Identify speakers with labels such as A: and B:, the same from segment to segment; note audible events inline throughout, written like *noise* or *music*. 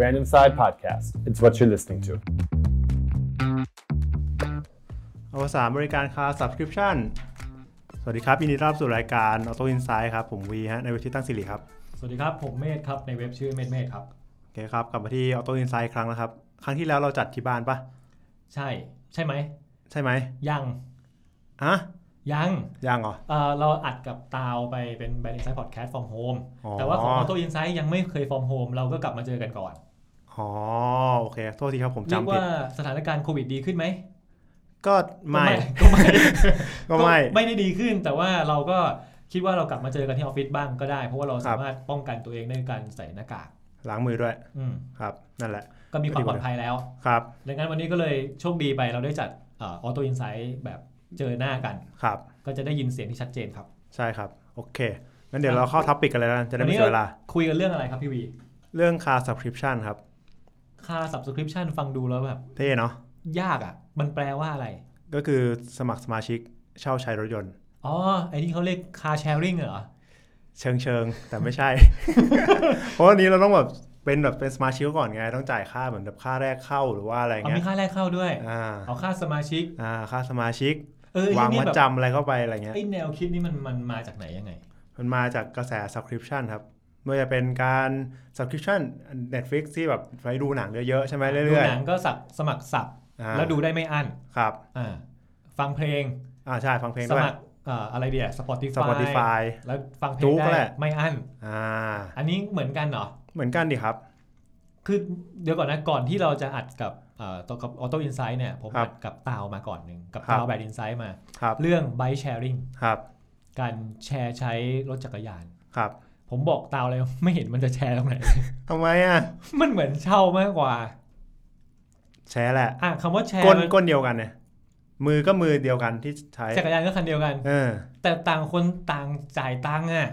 A: Random Side Podcast. It's what you're listening to.
B: อวสานบริการค้า subscription สวัสดีครับยินดีต้อนรับสู่รายการ Auto Insight ครับ ผมวีฮะในเว็บที่ตั้งสิริครับ
C: สวัสดีครับ ผมเมธครับ ในเว็บชื่อเมธเมธครับ
B: โอเคครับ กลับมาที่ Auto Insight อีกครั้งนะครับ ครั้งที่แล้วเราจัดที่บ้านปะ
C: ใช่ ใช่ไหม
B: ใช่ไหม
C: ยัง
B: อ่ะ
C: ยัง
B: ยังเหรอ
C: เอ่อเราอัดกับตาวไปเป็น Bad Insight Podcast from Home
B: อ๋อ
C: แต่ว่าของ Auto Insight ยังไม่เคย from home เราก็กลับมาเจอกันก่อน
B: อ๋อ โอเค โทษทีครับผม
C: เรียก
B: จำผิด
C: ว่าสถานการณ์โควิดดีขึ้นไหม
B: ก็ไม่
C: ก็ไม่
B: *laughs* ก็ไม่
C: ไม่ได้ดีขึ้น แต่ว่าเราก็คิดว่าเรากลับมาเจอกันที่ออฟฟิศบ้างก็ได้ เพราะว่าเราสามารถป้องกันตัวเองด้วยการใส่หน้ากาก
B: ล้างมือด้วย
C: อืม
B: ครับ นั่นแหละ
C: ก็มีความปลอดภัยแล้ว
B: ครับ
C: ดังนั้นวันนี้ก็เลยโชคดีไปเราได้จัดเออโตอินไซต์แบบเจอหน้ากัน
B: ครับ
C: ก็จะได้ยินเสียงที่ชัดเจนครับ
B: ใช่ครับ โอเค งั้นเดี๋ยวเราเข้าท็อปิกกันเลยแล้วกันจะได้ไม่
C: วันนี้
B: เสียเวลา
C: คุยกันเรื่องอะไรครับพี่วี
B: เรื่องค่า subscription ครับ
C: ค่า subscription ฟังดูแล้วแบบ
B: เท่เนาะ
C: ยากอะ่ะ มันแปลว่าอะไร
B: ก็คือสมัครสมาชิกเช่าใช้รถยนต์
C: อ๋อ ไอ้นี่เขาเรียก car sharing เหรอ
B: เชิงเชิงๆแต่ไม่ใช่ *laughs* เพราะวันนี้เราต้องแบบเป็นแบบเป็นสมาชิกก่อนไงต้องจ่ายค่าเหมือนแบบค่าแรกเข้าหรือว่าอะไร
C: เอา
B: เงี้
C: มี
B: ย
C: ค่าแรกเข้าด้วย
B: อ่า
C: เอาค่าสมาชิก
B: อ่าค่าสมาชิก
C: เออ
B: วาง
C: ไอ้นี่
B: มัด
C: แบบ
B: จำอะไรเข้าไปอะไรเงี้ย
C: ไอ้แนวคิดนี้มันมันมาจากไหนยังไง
B: มันมาจากกระแส subscription ครับไม่ว่าจะเป็นการ subscription Netflix ที่แบบไปดูหนังเยอะๆใช่ไหม
C: ดู
B: เรื่อย
C: หนังก็สักสมัครสับ
B: ๆอ่า
C: แล้วดูได้ไม่อั้น
B: ครับ
C: อ่าฟังเพลง
B: อ่าใช่ฟังเพลง
C: ส
B: ด้วย
C: มัครเอ่ออะไรเดีย Spotify
B: Spotify
C: แล้วฟังเพล
B: จุ๊
C: ง
B: กแห
C: ได้
B: ละ
C: ไม่อั้น
B: อ่า
C: อันนี้เหมือนกันเหรอ
B: เหมือนกันดิครับ
C: คือเดี๋ยวก่อนนะก่อนที่เราจะอัดกับเอ่อตัวกับออโต้อินไซด์เนี่ยผม
B: ครั
C: อั
B: บ
C: ดกับตาวมาก่อนหนึ่งกับ
B: ครับ
C: ตาวแบดอินไซด์มา
B: ครับ
C: เรื่อง bike sharing
B: ครับ
C: การแชร์ใช้รถจักรยาน
B: ครับ
C: ผมบอกตาวเลย ไม่เห็นมันจะแชร์ตรงไหน *laughs*
B: ทำไมอ่ะ
C: มันเหมือนเช่ามากกว่า
B: แชร์แหละ
C: อ่ะคำว่าแชร์
B: ก้น
C: มัน
B: ก้นเดียวกันเนี่ยมือก็มือเดียวกันที่ใช้
C: จักรยานก็คันเดียวกัน
B: เออ
C: แต่ต่างคนต่างจ่ายตังค์อ่ะ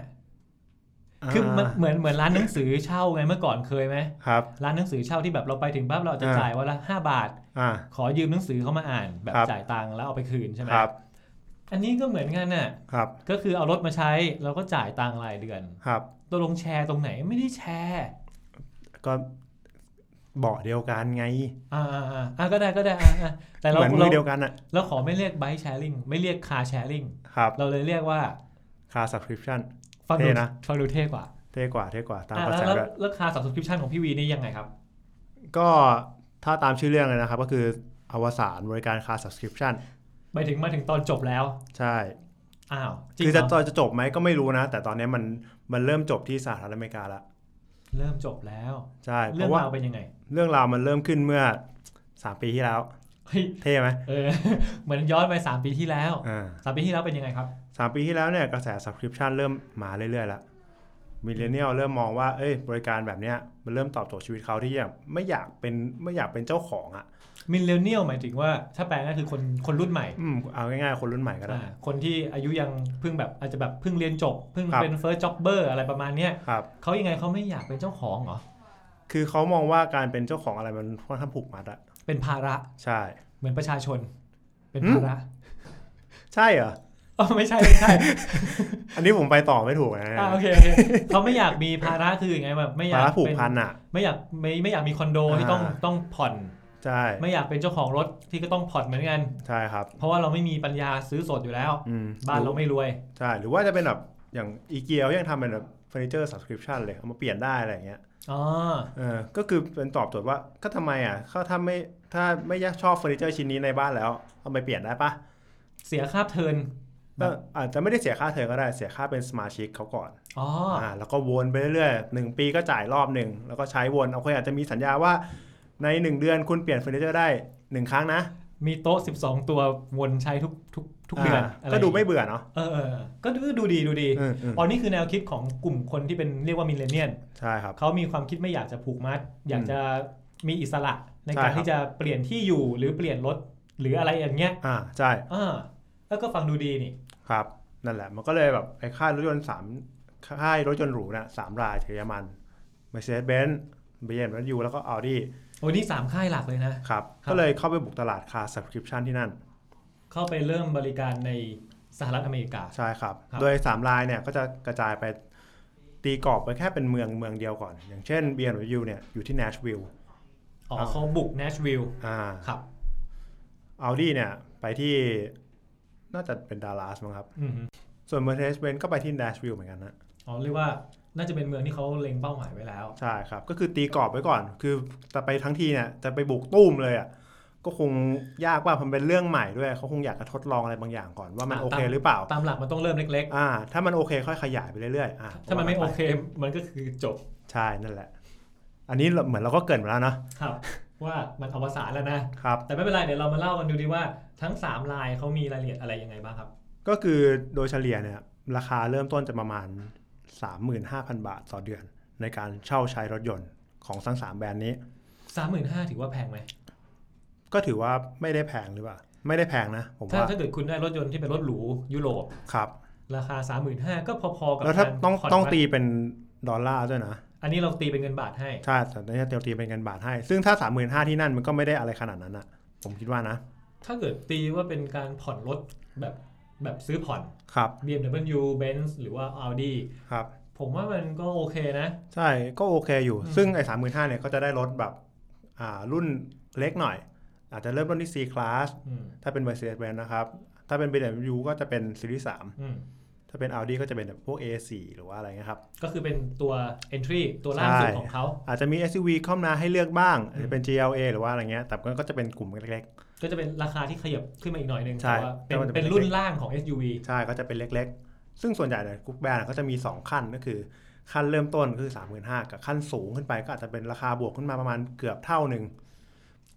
B: า
C: คือมันเหมือนเหมือนร้านหนังสือเช่าไงเมื่อก่อนเคยไหม
B: ครับ
C: ร้านหนังสือเช่าที่แบบเราไปถึงปั๊บเราจะ
B: อ่า
C: จ่ายวันละ5บาท
B: อ่า
C: ขอยืมหนังสือเข้ามาอ่านแบบ
B: ครับ
C: จ่ายตังค์แล้วเอาไปคืนใช่ไหม
B: ครับ
C: อันนี้ก็เหมือนกันน่ะ
B: ครับ
C: ก็คือเอารถมาใช้แล้วก็จ่ายตังค์รายเดือน
B: ครับ
C: ตัวลงแชร์ตรงไหนไม่ได้แชร์
B: ก็เบาะเดียวกันไง
C: อ่าอ่าอ่าอ่าก็ได้ก็ได้อ่าอ่าแต่เรา
B: เหมือนมื
C: เรา
B: อเดียวกันอะ
C: เราขอไม่เรียกไบค์แชร์ลิงไม่เรียกคาร์แชร์ลิง
B: ครับ
C: เราเลยเรียกว่า
B: ค่า subscription
C: ฟังดู
B: เท่นะ
C: ฟังดูเท่กว่า
B: เท่กว่า เท่กว่า ตาม
C: อ่าก
B: ระ
C: แล้ว
B: แส
C: แล้ว
B: ด้วย
C: แล้วคาสับสคริปชันของพี่วีนี่ยังไงครับ
B: ก็ถ้าตามชื่อเรื่องเลยนะครับ ก็คืออวสานบริการค่า subscription
C: ไปถึงมาถึงตอนจบแล้ว
B: ใช่
C: อ้าว จริง
B: คือ
C: เหร
B: จะ
C: อ
B: จะจบไหมก็ไม่รู้นะ แต่ตอนนี้มันมันเริ่มจบที่สหรัฐอเมริกาละ
C: เริ่มจบแล้ว
B: ใช่เพ
C: เรื่อ
B: ราะว่าร
C: งาวเป็นยังไง
B: เรื่องราวมันเริ่มขึ้นเมื่อ 3 ปีที่แล้ว
C: เฮ้ย
B: เท่ไหม
C: เออ *laughs* เหมือนย้อนไปสามปีที่แล้ว
B: อ่า
C: สามปีที่แล้วเป็นยังไงครับ
B: สามปีที่แล้วเนี่ยกระแส subscription เริ่มมาเรื่อยๆแล้วมิเลเนียลเริ่มมองว่า เอ้ย บริการแบบเนี้ยมันเริ่มตอบโจทย์ชีวิตเขาที่แบบไม่อยากเป็นไม่อยากเป็นเจ้าของอะ่ะ
C: มิเลเนียลหมายถึงว่าถ้าแปลง่ายคือคนคนรุ่นใหม่
B: อืมเอาง่ายๆ คนรุ่นใหม่ก็ได้
C: อ่าคนที่อายุยังเพิ่งแบบอาจจะแบบเพิ่งเรียนจบ เพิ่ง
B: ครับ
C: เป็น first jobber อะไรประมาณเนี้ย
B: ครับ
C: เขายังไงเขาไม่อยากเป็นเจ้าของเหรอ
B: คือเขามองว่าการเป็นเจ้าของอะไรมันค่อนข้างผูกมัดอะ
C: เป็นภาระ
B: ใช่
C: เหมือนประชาชน เป็น
B: หืม
C: ภาระ
B: ใช่เหรอ
C: อ๋อไม่ใช่ไม่ใช่
B: *laughs* อันนี้ผมไปต่อไม่ถูกนะ
C: อ่าโอเคโอเคเขาไม่อยากมีภาระคือยังไงแบบไม่อยา
B: ภาก ระผูก
C: เป็น
B: พันอะ
C: ไม่อยากไม่ไม่อยากมีคอนโดที่ต้อง
B: อ่า
C: ต้องผ่อน
B: ใช่
C: ไม่อยากเป็นเจ้าของรถที่ก็ต้องผ่อนเหมือนกัน
B: ใช่ครับ
C: เพราะว่าเราไม่มีปัญญาซื้อสดอยู่แล้ว
B: อืม
C: บ้านเราไม่รวย
B: ใช่ หรือว่าจะเป็นแบบอย่างอีเกียยังทำเป็นแบบเฟอร์นิเจอร์ subscription เลยเอามาเปลี่ยนได้อะไรอย่างเงี้ย
C: อ๋อ
B: เออก็คือเป็นตอบโจทย์ว่าก็ทำไมอ่ะเขาถ้าไม่ถ้าไม่อยากชอบเฟอร์นิเจอร์ชิ้นนี้ในบ้านแล้วเอาไปเปลี่ยนได้ปะ
C: เสียค่าเทิร์น
B: ก็อาจจะไม่ได้เสียค่าเทอมก็ได้เสียค่าเป็นสมาชิกเขาก่อน
C: อ๋อ
B: อ่าแล้วก็วนไปเรื่อยๆหนึ่งปีก็จ่ายรอบหนึ่งแล้วก็ใช้วนเอาคนอาจจะมีสัญญาว่าในหนึ่งเดือนคุณเปลี่ยนเฟอร์นิเจอร์ได้หนึ่งครั้งนะ
C: มีโต๊ะ 12 ตัววนใช้ทุกทุกทุกเดือนา อะไร
B: ก็ดูไม่เบื่อเนาะ
C: เออเออก็ดูดูดีดูดี
B: อืมอืม
C: อ๋อนี่คือแนวคิดของกลุ่มคนที่เป็นเรียกว่ามิเลเนียน
B: ใช่ครับ
C: เขามีความคิดไม่อยากจะผูกมัด อยากจะมีอิสระใน
B: ใช่
C: กา
B: ค
C: ร
B: รับ
C: ที่จะเปลี่ยนที่อยู่หรือเปลี่ยนรถหรืออะไรอย่างเงี้ย
B: อ่าใช่
C: อ่าแล้วก็ฟังดูดีนี่
B: ครับนั่นแหละมันก็เลยแบบไอ้ค่ายรถยนต์สามค่ายรถยนต์หรูเนี่ยสามรายจากเยอรมันเมอร์เซเดสเบนซ์เบียนยูแล้วก็ออดี
C: โอ้ยนี่สามค่ายหลักเลยนะ
B: ครับ
C: ครับ
B: ก็เลยเข้าไปบุกตลาดคา subscription ที่นั่น
C: เข้าไปเริ่มบริการใน สหรัฐอเมริกา
B: ใช่ครับ
C: ครับ
B: โดย3ลายเนี่ยก็จะกระจายไปตีกรอบไปแค่เป็นเมืองเมืองเดียวก่อน อย่างเช่น BMW เนี่ยอยู่ที่ Nashville
C: อ๋อ
B: ครับ
C: เขาบุกเนชวิลล์
B: อ่า
C: ครับ
B: Audi เนี่ยไปที่น่าจะเป็นดัลลัสมั้งครับ
C: อืม
B: ส่วน Mercedes-Benz ก็ไปที่ Nashville เหมือนกันนะ
C: อ๋อเรียกว่าน่าจะเป็นเมืองที่เขาเล็งเป้าหมายไว้แล้ว
B: ใช่ครับ ก็คือตีกรอบไว้ก่อน คือจะไปทั้งทีเนี่ยจะไปบุกตุ้มเลยอ่ะ ก็คงยากว่ามันเป็นเรื่องใหม่ด้วย เขาคงอยากจะทดลองอะไรบางอย่างก่อนว่ามัน
C: อ่ะ
B: โอเคหรือเปล่า
C: ตามหลักมันต้องเริ่มเล็ก
B: อ่า ถ้ามันโอเคค่อยขยายไปเรื่อยๆอ่า
C: ๆ ถ้ามันไม่โอเคมันก็คือจบ
B: ใช่นั่นแหละ อันนี้เหมือนเราก็เกรินมาแล้วเนาะ
C: ครับ ว่ามันอวสานแล้วนะ
B: ครับ
C: แต่ไม่เป็นไรเดี๋ยวเรามาเล่ากันดูดีว่าทั้ง 3 ลายเขามีรายละเอียดอะไรยังไงบ้างครับ
B: ก็คือโดยเฉลี่ยเนี่ยราคาเริ่มต้นจะประมาณ 35,000 บาทต่อเดือน ในการเช่าใช้รถยนต์ของทั้งสามแบรนด์นี้
C: 35,000ถือว่าแพงไหม
B: ก็ถือว่าไม่ได้แพงหรือเปล่า ไม่ได้แพงนะ ผม
C: ถ้า
B: ว่า
C: ถ้าเกิดคุณได้รถยนต์ที่เป็นรถหรูยุโรป
B: ครับ
C: ราคา 35,000ก็พอๆกับ
B: แล้วถ้า
C: การ
B: ต้อง
C: ผ่น
B: ต้อง
C: บ้าน
B: ตีเป็นดอลลาร์ด้วยนะ
C: อันนี้เราตีเป็นเงินบาทให้
B: ใช่แต่เนี่ยเตียวตีเป็นเงินบาทให้ ซึ่งถ้า 3 5 0 0 0ที่นั่นมันก็ไม่ได้อะไรขนาดนั้นอะผมคิดว่านะ
C: ถ้าเกิดตีว่าเป็นการผ่อนรถแบบแบบซื้อผ่อน
B: ครับ
C: BMW Benz หรือว่า Audi
B: ครับ
C: ผมว่ามันก็โอเคนะ
B: ใช่ก็โอเคอยู่
C: อืม
B: ซึ่งไอ้สามหมื่นห้าเนี่ยก็จะได้รถแบบอ่ารุ่นเล็กหน่อย อาจจะเริ่มต้นที่ C class
C: อืม
B: ถ้าเป็น Mercedes Benz นะครับ ถ้าเป็น BMW ก็จะเป็นซีรีส์
C: อืม
B: 3ถ้าเป็น Audi ก็จะเป็นแบบพวก A4 หรือว่าอะไรเงี้ยครับ
C: ก็คือเป็นตัว entry ตัวล่าสุด
B: ใช่
C: ของเขา
B: อาจจะมี SUV เข้ามาให้เลือกบ้างอาจจะเป็น GLA หรือว่าอะไรเงี้ยแต่ก็ก็จะเป็นกลุ่มเล็ก
C: ก็จะเป็นราคาที่ขยับขึ้นมาอีกหน่อยหนึง
B: ใช่
C: แต่ว่าเป็น
B: แต่ว่าจะเป็
C: เป็น นรุ่น
B: เล็ก
C: ล่างของ SUV
B: ใช่ก็จะเป็นเล็กๆ ซึ่งส่วนใหญ่เนี่ยกรุ๊ปแบรนด์อะก็จะมี 2 ขั้นก็คือ ขั้นเริ่มต้นคือ 35,000กับขั้นสูงขึ้นไปก็อาจจะเป็นราคาบวกขึ้นมาประมาณเกือบเท่าหนึ่ง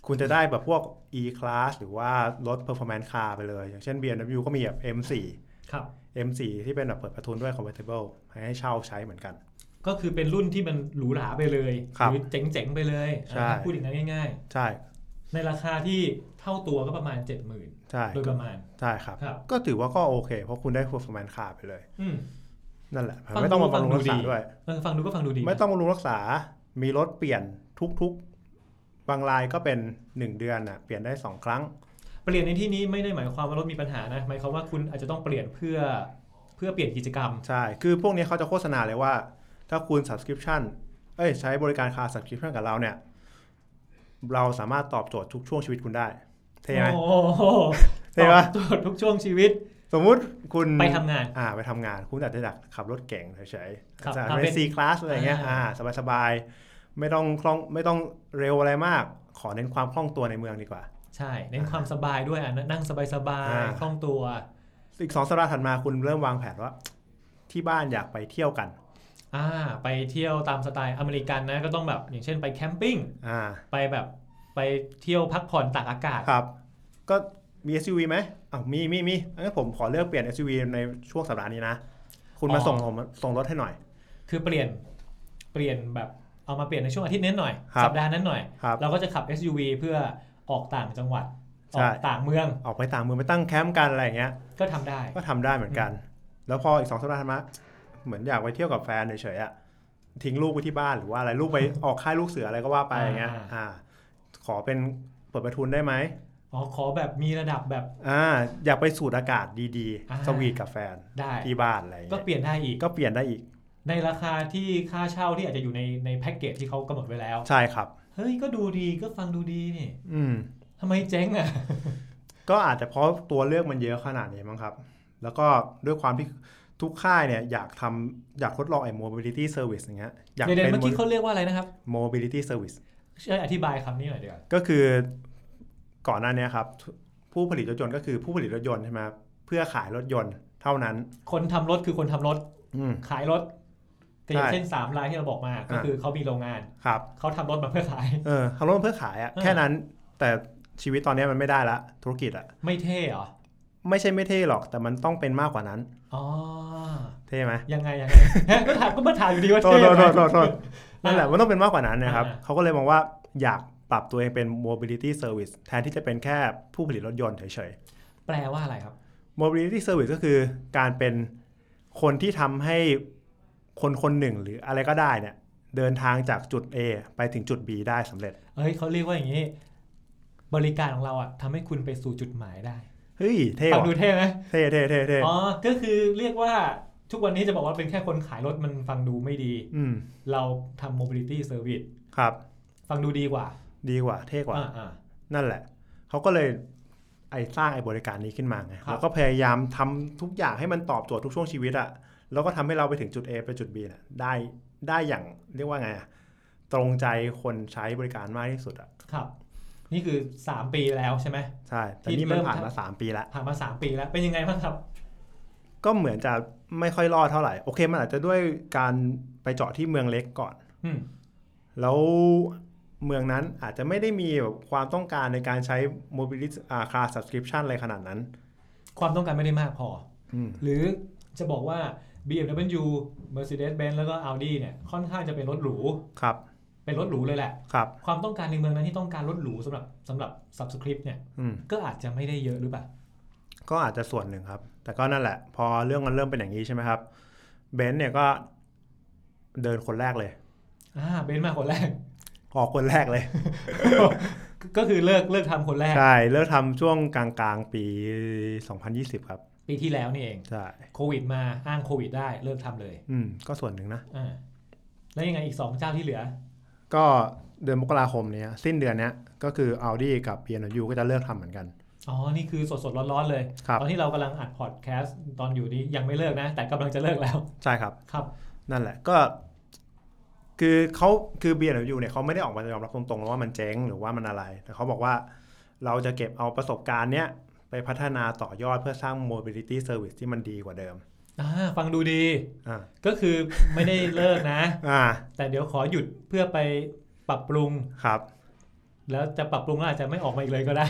B: คุณจะได้แบบพวก E class หรือว่ารถ performance car ไปเลย อย่างเช่น BMW ก็มีแบบ M4
C: ครับ
B: M4 ที่เป็นแบบเปิดประทุนด้วย convertible ให้เช่าใช้เหมือนกัน
C: ก็คือเป็นรุ่นที่มันหรูหราไปเลย
B: ครับ
C: หรือเจ๋งๆไปเลย
B: ใช่
C: อ่ะพูดอย่างนั้นง่าย
B: ใช่
C: ๆ ในราคาที่เท่าตัวก็ประมาณ 70,000
B: ใช่
C: โดยประมาณ
B: ใช่ครับ
C: ครับ
B: ก็ถือว่าก็โอเค เพราะคุณได้ performance car ไปเลย
C: อืม
B: นั่นแหละ
C: ฟัง
B: ไม่ต้องมา
C: ดู
B: บำรุง
C: ฟัง
B: รั
C: ดู
B: กษา
C: ดี
B: ด้วย
C: เออฟังดูก็ฟังดูดีนะ
B: ไม่ต้องบำรุงรักษา มีรถเปลี่ยนทุกๆ บางรายก็เป็น 1 เดือนน่ะ เปลี่ยนได้ 2 ครั้ง
C: เปลี่ยนในที่นี้ไม่ได้หมายความว่ารถมีปัญหานะหมายความว่าคุณอาจจะต้องเปลี่ยนเพื่อเพื่อเปลี่ยนกิจกรรม
B: ใช่ คือพวกนี้เขาจะโฆษณาเลยว่า ถ้าคุณ subscription เอ้ย ใช้บริการคา subscription กับเราเนี่ย เราสามารถตอบโจทย์ทุกช่วงชีวิตคุณได้ เท่ไหม
C: โอ้โห
B: เท่ปะ
C: ตอบโจทย์ทุกช่วงชีวิต
B: สมมุติคุณ
C: ไปทำงาน
B: อ่าไปทำงาน คุณอาจจะอยากขับรถเก่งเฉยๆ
C: ครับ
B: อาจจะ
C: อ่าเป็
B: เป็น
C: น
B: C class อะไรเงี้ย
C: อ่า
B: อ่า สบายๆ ไม่ต้องคล่อง ไม่ต้องเร็วอะไรมาก ขอเน้นความคล่องตัวในเมืองดีกว่า
C: ใช่เน้นความสบายด้วยอ่ะนั่งสบาย
B: อ่า
C: ๆคล่องตัว
B: อีกสองสัปดาห์ถัดมาคุณเริ่มวางแผนว่า ที่บ้านอยากไปเที่ยวกัน
C: อ่า ไปเที่ยวตามสไตล์อเมริกันนะก็ต้องแบบอย่างเช่นไปแคมปิ้ง
B: อ่า
C: ไปแบบไปเที่ยวพักผ่อนตากอากาศ
B: ครับ ก็มี SUV ไหมอ้าวมีมีมีงั้นผมขอเลือกเปลี่ยน SUV ในช่วงสัปดาห์นี้นะ คุณมา
C: อ๋อ
B: ส่งผมส่งรถให้หน่อย
C: คือเปลี่ยนเปลี่ยนแบบเอามาเปลี่ยนในช่วงอาทิตย์นั้นหน่อย
B: ครับ
C: สัปดาห์นั้นหน่อย
B: ครับ
C: เราก็จะขับ SUV เพื่อออกต่างจังหวัด อ
B: ใช่
C: อกต่างเมือง
B: ออกไปต่างเมืองไปตั้งแคมป์กันอะไรอย่างเงี้ย
C: ก็ทำได้
B: ก็ทำได้เหมือนกัน แล้วพออีกสองสัปดาห์ถัดมาเหมือนอยากไปเที่ยวกับแฟนเฉยๆอะทิ้งลูกไว้ที่บ้านหรือว่าอะไรลูกไปออกค่ายลูกเสืออะไรก็ว่าไปอย่างเงี้ย
C: อ่า
B: อ่า ขอเป็นเปิดประทุนได้ไหม
C: อ๋อขอแบบมีระดับแบบ
B: อ่าอยากไปสูดอากาศดีๆ สวีทกับแฟน
C: ได้
B: ที่บ้านอะไรอย่าง
C: ก็
B: เงี้ย
C: เปลี่ยนได้อีก
B: ก็เปลี่ยนได้อีก
C: ในราคาที่ค่าเช่าที่อาจจะอยู่ในในแพ็กเกจที่เขากำหนดไว้แล้ว
B: ใช่ครับ
C: เฮ้ย ก็ดูดีก็ฟังดูดีนี่
B: อืม
C: ทำไมเจ๊งอ่ะ
B: ก็อาจจะเพราะตัวเลือกมันเยอะขนาดนี้มั้งครับ แล้วก็ด้วยความที่ทุกค่ายเนี่ยอยากทำอยากทดลองไอ้ mobility service อย่างเงี้ยอยาก
C: เดี๋ยว
B: เป็น
C: ๆเมื่อกี้เขาเรียกว่าอะไรนะครับ
B: mobility service
C: ช่วยอธิบายคำนี้หน่อยเดียวา
B: ก็คือก่อนหน้าเนี้ยครับ ผู้ผลิตรถยนต์ก็คือผู้ผลิตรถยนต์ใช่ไหมครับเพื่อขายรถยนต์เท่านั้น
C: คนทำรถคือคนทำรถ
B: อืม
C: ขายรถก็อย่าง
B: ใช่
C: เช่นสามรายที่เราบอกมา ก็
B: อ่า
C: คือเขามีโรงงาน
B: ครับ
C: เขาทำรถมาเพื่อขาย *laughs*
B: เออทำรถเพื่อขายอะ
C: อ่า
B: แค่นั้นแต่ชีวิตตอนเนี้ยมันไม่ได้ละธุรกิจอะ
C: ไม่เท่เหรอ
B: ไม่ใช่ไม่เท่หรอกแต่มันต้องเป็นมากกว่านั้น
C: อ๋อ
B: เท่ไหม
C: ยังไงยังไง *laughs* ฮะก็ถามก็มาถามอยู่ดีว่า
B: โท
C: เท่
B: ษโทษโทษ
C: ไหม
B: โทษโทษนั่นแหละมันต้องเป็นมากกว่านั้นนะครับ
C: อ่า
B: เขาก็เลยมองว่าอยากปรับตัวเองเป็น mobility service แทนที่จะเป็นแค่ผู้ผลิตรถยนต์เฉย
C: แปลว่าอะไรครับ
B: ๆ mobility service ก็คือการเป็นคนที่ทำให้คนคนหนึ่งหรืออะไรก็ได้เนี่ยเดินทางจากจุด A ไปถึงจุด B ได้สำเร็จ
C: เอ้ยเขาเรียกว่าอย่างนี้ บริการของเราอ่ะทำให้คุณไปสู่จุดหมายได้
B: เฮ้ยเท่
C: ฟัง
B: ว่ะ
C: ดูเท่ไหม
B: เท่เท่เท่เท่
C: อ๋อก็คือเรียกว่าทุกวันนี้จะบอกว่าเป็นแค่คนขายรถมันฟังดูไม่ดี
B: อืม
C: เราทำ mobility service
B: ครับ
C: ฟังดูดีกว่า
B: ดีกว่าเท่กว่า
C: อ่าอ่า
B: นั่นแหละ เขาก็เลยไอสร้างไอบริการนี้ขึ้นมาไง
C: ครับ
B: แล้วก็พยายามทำทุกอย่างให้มันตอบโจทย์ทุกช่วงชีวิตอะแล้วก็ทำให้เราไปถึงจุด A ไปจุด B น่ะได้ได้อย่างเรียกว่าไงอะตรงใจคนใช้บริการมากที่สุดอะ
C: ครับ นี่คือ 3 ปีแล้วใช่ไหม
B: ใช่ แต่
C: ที่
B: นี่มัน
C: เริ่ม
B: ผ่าน
C: ทำ
B: มา 3 ปีแล้ว
C: ผ่านมา 3 ปีแล้วเป็นยังไงบ้างครับ
B: ก็เหมือนจะไม่ค่อยรอดเท่าไหร่ โอเค มันอาจจะด้วยการไปเจาะที่เมืองเล็กก่อน
C: อืม
B: แล้วเมืองนั้นอาจจะไม่ได้มีแบบความต้องการในการใช้ mobility อ่า car subscription อะไรขนาดนั้น
C: ความต้องการไม่ได้มากพอ
B: อืม
C: หรือจะบอกว่า BMW Mercedes-Benz แล้วก็ Audi เนี่ยค่อนข้างจะเป็นรถหรู
B: ครับ
C: เป็นรถหรูเลยแหละ
B: ครับ
C: ความต้องการในเมืองนั้นที่ต้องการรถหรูสำหรับสำหรับ subscript เนี่ย
B: อืม
C: ก็อาจจะไม่ได้เยอะหรือเปล่า
B: ก็อาจจะส่วนหนึ่งครับ แต่ก็นั่นแหละ พอเรื่องมันเริ่มเป็นอย่างนี้ใช่ไหมครับ เบนซ์เนี่ยก็เดินคนแรกเลย
C: อ่าเบนซ์มาคนแรก
B: ออกคนแร *laughs* กเลย
C: ก็คือเลิกเลิกทำคนแรก
B: ใช่ เลิกทำช่วงกลางกลางๆปี 2020 ครับ
C: ปีที่แล้วนี่เอง
B: ใช่
C: โควิดมาอ้างโควิดได้เลิกทำเลย
B: อืม ก็ส่วนหนึ่งนะ
C: อ่าแล้วยังไงอีกสองเจ้าที่เหลือ
B: ก็เดือนมกราคมเนี้ย สิ้นเดือนเนี้ย ก็คือ Audi กับ BMW ก็จะเลิกทำเหมือนกัน
C: อ๋อ นี่คือสดสดๆร้อนๆเลย
B: ครับ
C: ตอนที่เรากำลังอัดพอดแคสต์ตอนอยู่นี้ยังไม่เลิกนะ แต่กำลังจะเลิกแล้ว
B: ใช่ครับ
C: ครับ
B: นั่นแหละก็ คือเขาคือ BMW เนี่ยเขาไม่ได้ออกมายอมรับตรงๆว่ามันเจ๊งหรือว่ามันอะไร แต่เขาบอกว่าเราจะเก็บเอาประสบการณ์เนี้ยไปพัฒนาต่อยอดเพื่อสร้าง mobility service ที่มันดีกว่าเดิม
C: อ่า ฟังดูดี
B: อ่า
C: ก็คือไม่ได้เลิกนะ
B: อ่า
C: แต่เดี๋ยวขอหยุดเพื่อไปปรับปรุง
B: ครับ
C: แล้วจะปรับปรุงแล้วอาจจะไม่ออกมาอีกเลยก็ได้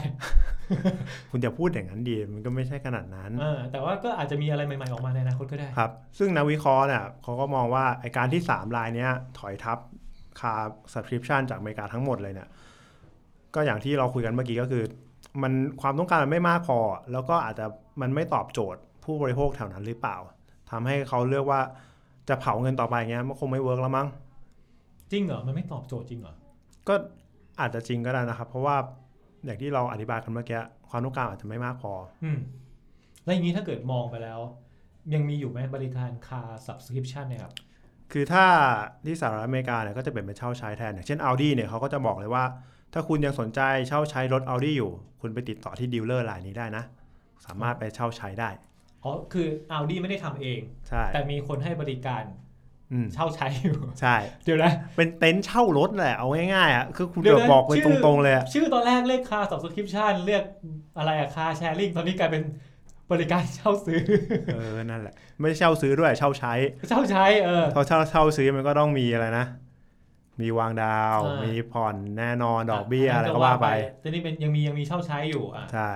B: คุณจะพูดอย่างนั้นดี มันก็ไม่ใช่ขนาดนั้น
C: เออ แต่ว่าก็อาจจะมีอะไรใหม่ๆออกมาในอนาคตก็ได้
B: ครับ ซึ่งนักวิเคราะห์เนี่ยเขาก็มองว่าไอการที่ 3 รายเนี้ยถอยทับคา subscription จากอเมริกาทั้งหมดเลยเนี่ยก็อย่างที่เราคุยกันเมื่อกี้ก็คือ มันความต้องการมันไม่มากพอ แล้วก็อาจจะมันไม่ตอบโจทย์ผู้บริโภคแถวนั้นหรือเปล่าทำให้เขาเลือกว่าจะเผาเงินต่อไปอย่างเงี้ยมันคงไม่เวิร์กแล้วมั้ง
C: จริงเหรอ มันไม่ตอบโจทย์จริงเหรอ
B: ก็อาจจะจริงก็ได้นะครับ เพราะว่าอย่างที่เราอธิบายกันเมื่อกี้ความต้องการอาจจะไม่มากพอ
C: อืม แล้วอย่างนี้ถ้าเกิดมองไปแล้ว ยังมีอยู่ไหมบริการคา subscription เนี่ยครับ
B: คือถ้าที่สหรัฐอเมริกาเนี่ยก็จะเป็นเป็นเช่าใช้แทนอย่างเช่น Audi เนี่ยเขาก็จะบอกเลยว่า ถ้าคุณยังสนใจเช่าใช้รถ Audi อยู่ คุณไปติดต่อที่ดีลเลอร์รายนี้ได้นะ สามารถไปเช่าใช้ได้
C: อ๋อ คือ Audi ไม่ได้ทำเอง
B: ใช่
C: แต่มีคนให้บริการ
B: อืม
C: เช่าใช้ *laughs* อยู่
B: ใช่
C: เดี๋ยวนะ
B: เป็นเต็นท์เช่ารถแหละเอาง่ายๆอ่ะคือคุณ
C: เดี๋ยว
B: แบ
C: นะ
B: บบอกไปต
C: ชื่อ
B: รงๆเลยอะ
C: ชื่อตอนแรกเรียกคา subscription เรียกอะไรอะคาแชร์ลิงตอนนี้กลายเป็นบริการเช่าซื้อ *laughs*
B: เออนั่นแหละ ไม่ใช่เช่าซื้อด้วยเช่าใช้
C: เช่าใช้เออ
B: พอเช่าเช่าซื้อมันก็ต้องมีอะไรนะ มีวางดาว
C: อ่ามี
B: มีผ่อนแน่นอนดอกเบี้ยอะไรก็ว่าไป
C: แต่นี่เป็นยังมียังมีเช่าใช้อยู่อ่ะ
B: ใช่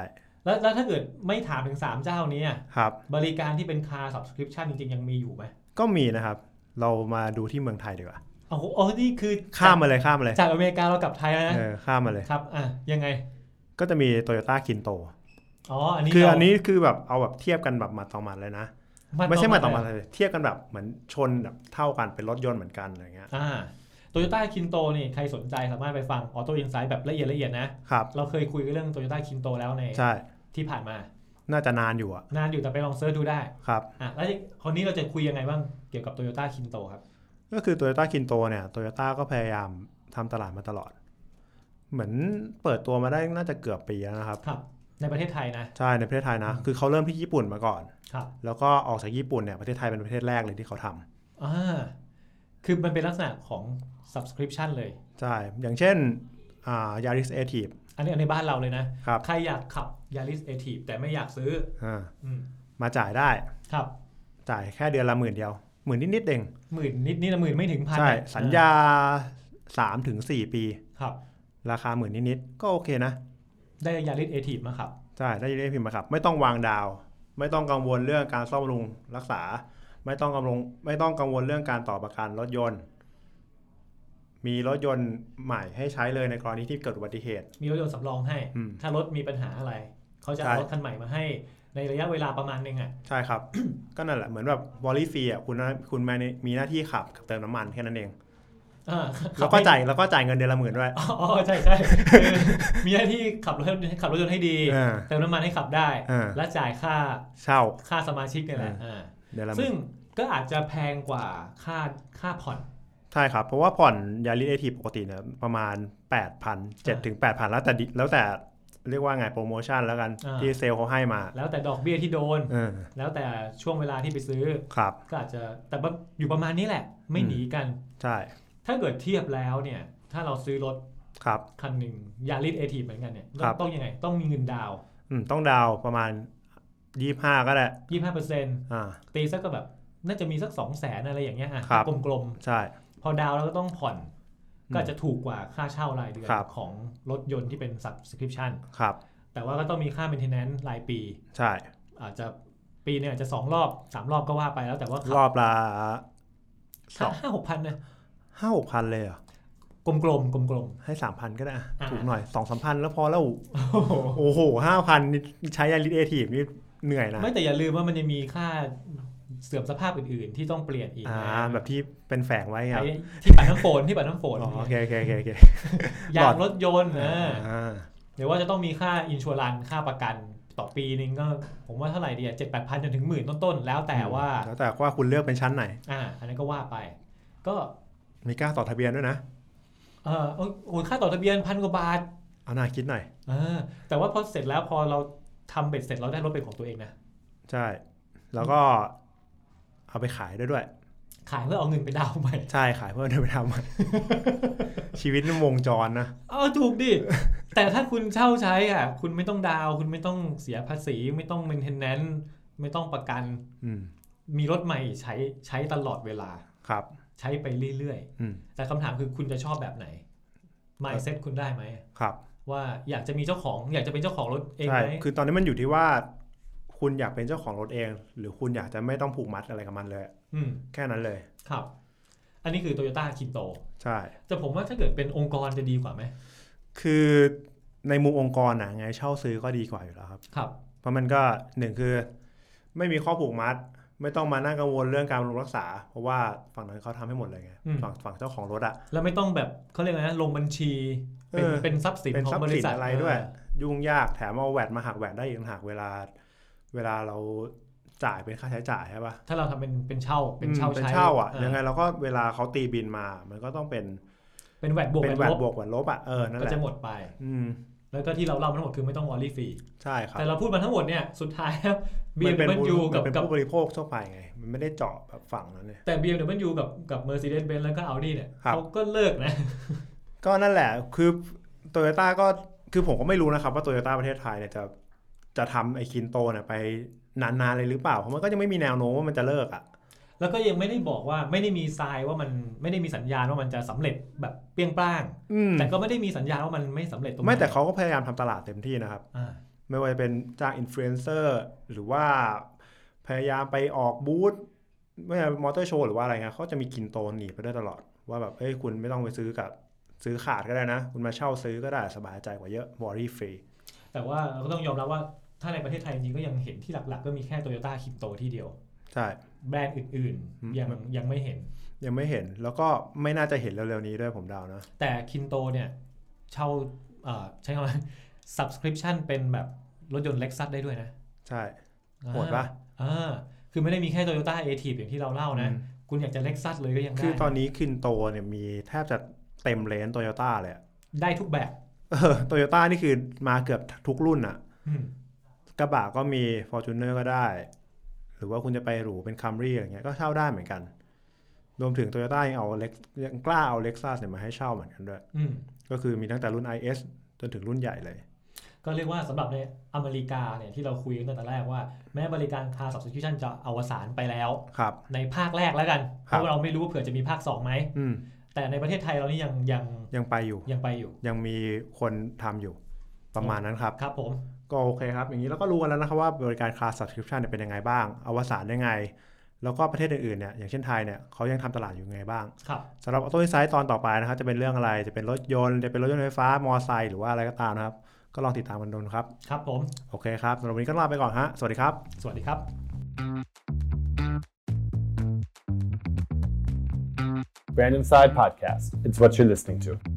C: แล้วแล้วถ้าเกิดไม่ถามถึง 3 เจ้านี้อะ
B: ครับ
C: บริการที่เป็นคา subscription จริงๆ ยังมีอยู่ไหม
B: ก็มีนะครับ เรามาดูที่เมืองไทยดีกว่า
C: เอาโอ้นี่คือ
B: ข้ามมาเลยข้ามมาเลย
C: จากจากอเมริกาเรากลับไทยแล้วนะ
B: เออข้ามมาเลย
C: ครับอ่ะยังไง
B: ก็จะมีโตโยต้าคินโต
C: อ๋ออันนี้
B: คือ
C: เรา
B: อันนี้คือแบบเอาแบบเทียบกันแบบหมาต่อหมาเลยนะ ไม่ใช่หมาต่อหมาเลย เทียบกันแบบเหมือนชนแบบเท่ากันเป็นรถยนต์เหมือนกันอะไรเงี้ย
C: อ่าโตโยต้าคินโตนี่ใครสนใจสามารถไปฟังออโต้อินไซด์แบบละเอียดละเอียดนะครับ เราเคยคุยเรื่องโตโยต้าคินโตแล้วใน
B: ใช่
C: ที่ผ่านมา
B: น่าจะนานอยู่อะ
C: นานอยู่แต่ไปลองเซิร์ชดูได้
B: ครับ
C: อ่ะแล้วคนนี้เราจะคุยยังไงบ้างเกี่ยวกับ Toyota Kinto ครับ
B: ก็คือโตโยต้าคินโตเนี่ยโตโยต้าก็พยายามทำตลาดมาตลอด เหมือนเปิดตัวมาได้น่าจะเกือบปีแล้วนะครับ
C: ครับ ในประเทศไทยนะ
B: ใช่ในประเทศไทยนะ คือเขาเริ่มที่ญี่ปุ่นมาก่อน
C: ครับ
B: แล้วก็ออกจากญี่ปุ่นเนี่ยประเทศไทยเป็นประเทศแรกเลยที่เขาทำ
C: อ่าคือมันเป็นลักษณะของ subscription เลย
B: ใช่ อย่างเช่นอ่ายาริสเอทีฟ
C: อันนี้ในบ้านเราเลยนะ
B: ครับ
C: ใครอยากขับ Yaris a t i v แต่ไม่อยากซื้อ
B: อ่า
C: อืม
B: มาจ่ายได้
C: ครับ
B: จ่ายแค่เดือนละหมื่นเดียวหมื่นนิดๆเอง
C: หมื่นนิดนิดละหมื่นไม่ถึงพัน
B: ใช่
C: อ่ะ
B: สัญญา3ถึง4ปี
C: ครับ
B: ราคาหมื่นนิดๆก็โอเคนะ
C: ได้ Yaris a t i v มาครับ
B: ใช่ ได้ยินได้พิมพ์มาครับ ไม่ต้องวางดาว ไม่ต้องกังวลเรื่องการซ่อมบำรุงรักษา ไม่ต้องกังวลไม่ต้องกังวลเรื่องการต่อประกันรถยนต์ มีรถยนต์ใหม่ให้ใช้เลยในกรณีที่เกิดอุบัติเหตุ
C: มีรถยนต์สำรองให้
B: อืม
C: ถ้ารถมีปัญหาอะไร เขาจะเอา
B: ใช่
C: รถคันใหม่มาให้ในระยะเวลาประมาณนึงอ่ะ
B: ใช่ครับ *coughs* ก็นั่นแหละเหมือนแบบวอลลี่ฟรีอ่ะคุณนะคุณมาในมีหน้าที่ขับกับเติมน้ำมันแค่นั้นเอง
C: อ่าขั
B: แล้
C: บ
B: วก็
C: ให้
B: จ่ายแล้วก็จ่ายเงินเดือนละหมื่นด้วย
C: อ๋อใช่ใช่คือมีหน้าที่ขับรถขับรถยนต์ให้ดี
B: อ่า
C: เติมน้ำมันให้ขับได้
B: อ่า
C: และจ่ายค่า
B: เช่า
C: ค่าสมาชิกเนี่ยแหละอ่า
B: เดือนละหมื่
C: ซึ่ง
B: น
C: ก็อาจจะแพงกว่าค่าค่าผ่อน
B: ใช่ครับ เพราะว่าผ่อนยาริสเอทีปกติเนี่ยประมาณ 8 0 0 0 7ถึง8,000 แล้วแต่ดิแล้วแต่เรียกว่าไงโปรโมชั่นแล้วกัน
C: อ่า
B: ที่เซลล์เขาให้มา
C: แล้วแต่ดอกเบี้ยที่โดน
B: เออ
C: แล้วแต่ช่วงเวลาที่ไปซื้อ
B: ครับ
C: ก็อาจจะแต่ว่าอยู่ประมาณนี้แหละ ไม่
B: อืม
C: หนีกัน
B: ใช่
C: ถ้าเกิดเทียบแล้วเนี่ย ถ้าเราซื้อรถ
B: ครับ
C: คันหนึ่งยาริสเอทีเหมือนกันเนี่ย
B: ครับ
C: ต้องยังไงต้องมีเงินดาว
B: อืมต้องดาวประมาณ 25 ก็ได้
C: ยี่ห้าเปอร์เซ็นต์
B: อ่า
C: ตีสักก็แบบน่าจะมีสักสองแสนอะไรอย่างเงี้ยอ่ะ
B: ครับ
C: กลมๆ
B: ใช่
C: พอดาวน์แล้วก็ต้องผ่อน
B: อืม
C: ก็อาจจะถูกกว่าค่าเช่ารายเดือน
B: ครับ
C: ของรถยนต์ที่เป็น subscription
B: ครับ
C: แต่ว่าก็ต้องมีค่า maintenance รายปี
B: ใช่
C: อาจจะปีหนึงอาจจะ 2 รอบ 3 รอบก็ว่าไปแล้วแต่ว่าขั
B: รอบละส
C: ค่า
B: อง
C: ห้าหกพันนะ
B: ห้าหกพันเลยเหรอ่ะ
C: กลมกลมกลมกลม
B: ให้สามพันก็ได้อะ
C: อ่า
B: ถูกหน่อยสองสามพันแล้วพอแล้วโอ้โหห้าพันใช้ยาลิสเอทีฟนี่เหนื่อยนะ
C: ๆไม่แต่อย่าลืมว่ามันยังมีค่าเสื่อมสภาพอื่นๆ ที่ต้องเปลี่ยนอีก
B: อ่า
C: นะ
B: แบบที่เป็นแฝงไว้ไง
C: ไอ้ที่ปัดน้ำฝนที่ปัดน้ำฝน
B: อ๋อโอเคโอเคโอเคโอเค
C: ยา
B: หลอง ด
C: รถยนต์นะ
B: อ่า
C: หรือว่าจะต้องมีค่าอินชัวรันค่าประกันต่อปีนึงก็ผมว่าเท่าไหร่ดีอะเจ็ดแปดพันจนถึงหมื่นต้นๆแล้วแต่ว่า
B: แล้วแต่ว่าคุณเลือกเป็นชั้นไหน
C: อ่าอันนั้นก็ว่าไป ก็
B: มีกล้าต่อทะเบียนด้วยนะ
C: เออโอ้ยโอ้ยค่าต่อทะเบียนพันกว่าบาท
B: เอาหน่าคิดหน่อย
C: เออแต่ว่าพอเสร็จแล้วพอเราทำเบ็ดเสร็จเราได้รถเป็นของตัวเองนะ
B: ใช่ แล้วก็เอาไปขายได้ด้วย
C: ขายเพื่อเอาเงินไปดาวน์ใหม่ *laughs*
B: ใช่ขายเพื่อเอาไปทำ *laughs* ชีวิตมันวงจรนะ
C: เออถูก
B: *laughs*
C: ดิ แต่ถ้าคุณเช่าใช้อ่ะ คุณไม่ต้องดาวน์คุณไม่ต้องเสียภาษี ไม่ต้อง maintenance ไม่ต้องประกัน
B: อืม
C: มีรถใหม่ใช้ใช้ตลอดเวลา
B: ครับ
C: ใช้ไปเรื่อย
B: อืม
C: ๆ แต่คำถามคือคุณจะชอบแบบไหน mindset คุณได้ไหม
B: ครับ
C: ว่าอยากจะมีเจ้าของ อยากจะเป็นเจ้าของรถเอง
B: ใช่
C: ไหม
B: คือตอนนี้มันอยู่ที่ว่า คุณอยากเป็นเจ้าของรถเอง หรือคุณอยากจะไม่ต้องผูกมัดอะไรกับมันเลย
C: อืม
B: แค่นั้นเลย
C: ครับ อันนี้คือโตโยต้าคินโต
B: ใช่
C: แต่ผมว่าถ้าเกิดเป็นองค์กรจะดีกว่าไหม
B: คือในมุมองค์กรนะไงเช่าซื้อก็ดีกว่าอยู่แล้วครับ
C: ครับ
B: เพราะมันก็หนึ่งคือ ไม่มีข้อผูกมัด ไม่ต้องมานั่งกังวลเรื่องการบำรุงรักษา เพราะว่าฝั่งนั้นเขาทำให้หมดเลยไง
C: อืม
B: ฝั่งฝั่งเจ้าของรถอะ
C: แล้วไม่ต้องแบบเขาเรียกอะไรนะลงบัญชี เป็น
B: เออ
C: เป็นทรัพย์สิน
B: เป็น
C: ของ
B: ทรัพ
C: บ
B: ย์
C: ริ
B: สิน
C: ษัท
B: อะไรด้วย
C: เออ
B: ยุ่งยาก แถมเอาแวดมาหักแวดได้อีกต่างหากเวลา เวลาเราจ่ายเป็นค่าใช้จ่ายใช่ปะ
C: ถ้าเราทำเป็นเป็นเช่าเป็นเช่า
B: อืมเป็น
C: ใช้
B: เช่าอ่ะ
C: า
B: ยังไงเราก็เวลาเขาตีบินมา มันก็ต้องเป็น
C: เป็นแวดบวก
B: เป็นแหว
C: ล
B: ด
C: บบ
B: วกแหวดลบอ่ะ เออ นั่น
C: ก็
B: แหละ
C: จะหมดไป
B: อืม
C: แล้วก็ที่เราเล่ามาทั้งหมดคือไม่ต้องวอลลี่ฟรี
B: ใช่ครับ
C: แต่เราพูดมาทั้งหมดเนี่ยสุดท้ายบี
B: *laughs* มั
C: เอ็ม
B: เป็น
C: ดับยู
B: ผู้
C: กับ
B: มันเป็น
C: กับ
B: ผู้บริโภคทั่วไปไง มันไม่ได้เจาะแบบฝั่งนั้นเนี่ย
C: แต่บีเอ็มดับยูกับกับเมอร์เซเดสเบนซ์แล้วก็เอาดีเนี่ย
B: ครับ
C: เขาก็เลิกนะ *laughs*
B: ก็นั่นแหละ คือโตโยต้าก็ คือผมก็ไม่รู้นะครับว่าโตโยต้าประเทศไทยเนี่ยจะ จะทำไอคินโตเนี่ยไปนานๆเลยหรือเปล่า เพราะมันก็ยังไม่มีแนวโน้มว่ามันจะเลิกอ่ะ
C: แล้วก็ยังไม่ได้บอกว่าไม่ได้มีทรายว่ามันไม่ได้มีสัญญาณว่ามันจะสำเร็จแบบเปรี้ยงปร้าง
B: อืม
C: แต่ก็ไม่ได้มีสัญญาณว่ามันไม่สำเร็จตรง
B: ไม่แต่
C: หน
B: เขาก็พยายามทำตลาดเต็มที่นะครับ
C: อ่า
B: ไม่ว่าจะเป็นจ้างอินฟลูเอนเซอร์หรือว่าพยายามไปออกบูธไม่ว่ามอเตอร์โชว์หรือว่าอะไรเงี้ยเขาจะมีกินโตนหนีไปได้วยตลอด ว่าแบบเอ้ยคุณไม่ต้องไปซื้อกับซื้อขาดก็ได้นะ คุณมาเช่าซื้อก็ได้สบายใจกว่าเยอะวอรี่ฟรี
C: แต่ว่าเราก็ต้องยอมรับว่าถ้าในประเทศไทยจริงๆก็ยังเห็นที่หลักๆ ก็มีแค่โตโยต้าคิมโตที่เดียว
B: ใช่
C: แบรนด์อื่น
B: อืม
C: ๆ ยังยังไม่เห็น
B: ยังไม่เห็นแล้วก็ไม่น่าจะเห็นเร็วๆนี้ด้วยผมเดานะ
C: แต่คินโตเนี่ยเช่าเอ่อใช้คำว่า *laughs* subscription เป็นแบบรถยนต์เล็กซัสได้ด้วยนะ
B: ใช่ โหดปะ
C: อ่าคือไม่ได้มีแค่โตโยต้าเอทีอย่างที่เราเล่านะ คุณอยากจะเล็กซัสเลยก็ยังได้
B: คือตอนนี้คินโตเนี่ยมีแทบจะเต็มเลนโตโยต้า *laughs* เลย
C: ได้ทุกแบบ
B: โตโยต้านี่คือมาเกือบทุกรุ่นอะ
C: อืม
B: กระบะก็มี f o r t u n e r ก็ได้ หรือว่าคุณจะไปหรูเป็น Camry อะไรเงี้ยก็เช่าได้เหมือนกัน รวมถึง Toyota ยังเอา Lex ยังกล้าเอา Lexus เนี่ยมาให้เช่าเหมือนกันด้วย
C: อืม
B: ก็คือมีตั้งแต่รุ่น IS จนถึงรุ่นใหญ่เลย
C: ก็เรียกว่าสำหรับในอเมริกาเนี่ยที่เราคุยกันตั้งแต่แรกว่าแม้บริการคา subscription จะอวสานไปแล้ว
B: ครับ
C: ในภาคแรกแล้วกันเพ
B: ครับ
C: ราะเราไม่รู้ว่าเผื่อจะมีภาคสองไหม
B: อืม
C: แต่ในประเทศไทยเรานี่ยังยัง
B: ยังไปอยู่
C: ยังไปอยู่
B: ยังมีคนทำอยู่ ประมาณนั้นครับ
C: ครับผม
B: ก็โอเคครับ อย่างนี้เราก็รู้กันแล้วนะครับว่าบริการ Class Subscription เนี่ยเป็นยังไงบ้าง อวสานยังไง แล้วก็ประเทศอื่นๆเนี่ยอย่างเช่นไทยเนี่ยเขายังทำตลาดอยู่ยังไงบ้าง
C: ครับ
B: สำหรับออโต้ไซต์ตอนต่อไปนะครับ จะเป็นเรื่องอะไร จะเป็นรถยนต์ จะเป็นรถยนต์ไฟฟ้า มอไซค์หรือว่าอะไรก็ตามนะครับ ก็ลองติดตามกันดูนะครับ
C: ครับผม
B: โอเคครับสำหรับวันนี้ก็ลาไปก่อนฮะ สวัสดีครับ
C: สวัสดีครับ
A: Random Side Podcast. It's what you're listening to.